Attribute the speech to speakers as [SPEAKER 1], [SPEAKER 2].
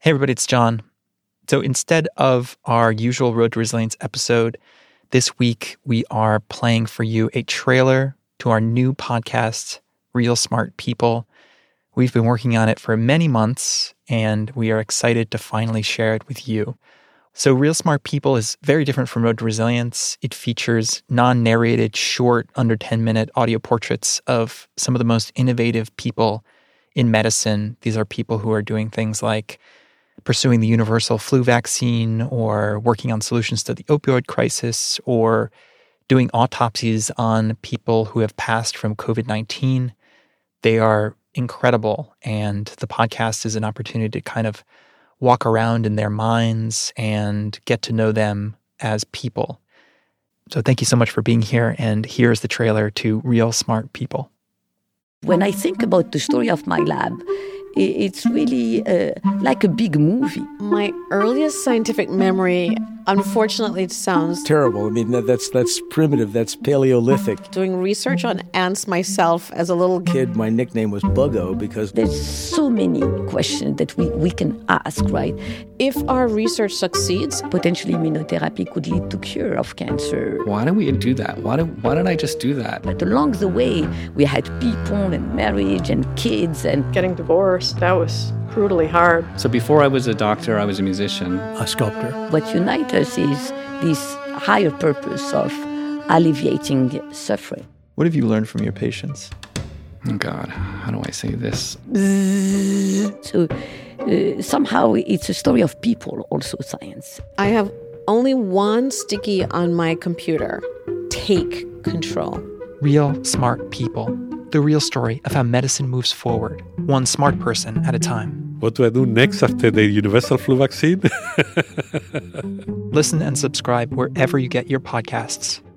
[SPEAKER 1] Hey, everybody, it's John. So instead of our usual Road to Resilience episode, this week we are playing for you a trailer to our new podcast, Real Smart People. We've been working on it for many months and we are excited to finally share it with you. So, Real Smart People is very different from Road to Resilience. It features non narrated, short, under 10 minute audio portraits of some of the most innovative people in medicine. These are people who are doing things like pursuing the universal flu vaccine or working on solutions to the opioid crisis or doing autopsies on people who have passed from COVID 19. They are incredible. And the podcast is an opportunity to kind of walk around in their minds and get to know them as people. So, thank you so much for being here. And here's the trailer to Real Smart People.
[SPEAKER 2] When I think about the story of my lab, i- it's really uh, like a big movie.
[SPEAKER 3] My earliest scientific memory, unfortunately, it sounds
[SPEAKER 4] terrible. I mean, that, that's that's primitive. That's Paleolithic.
[SPEAKER 3] doing research on ants myself as a little kid.
[SPEAKER 4] Kid, my nickname was Buggo because
[SPEAKER 2] There's so many questions that we, we can ask, right?
[SPEAKER 3] If our research succeeds,
[SPEAKER 2] Potentially, immunotherapy could lead to cure of cancer.
[SPEAKER 5] why do we do that? Why, do, why didn't I just do that?
[SPEAKER 2] But along the way, we had people and marriage and kids and
[SPEAKER 6] getting divorced, that was brutally hard.
[SPEAKER 5] So before I was a doctor, I was a musician.
[SPEAKER 7] a sculptor.
[SPEAKER 2] What unites us is this higher purpose of alleviating suffering.
[SPEAKER 1] What have you learned from your patients?
[SPEAKER 5] Oh God, how do I say this?
[SPEAKER 2] So uh, somehow it's a story of people, also science.
[SPEAKER 3] I have only one sticky on my computer. Take control.
[SPEAKER 1] Real smart people. The real story of how medicine moves forward, one smart person at a time.
[SPEAKER 8] What do I do next after the universal flu vaccine?
[SPEAKER 1] Listen and subscribe wherever you get your podcasts.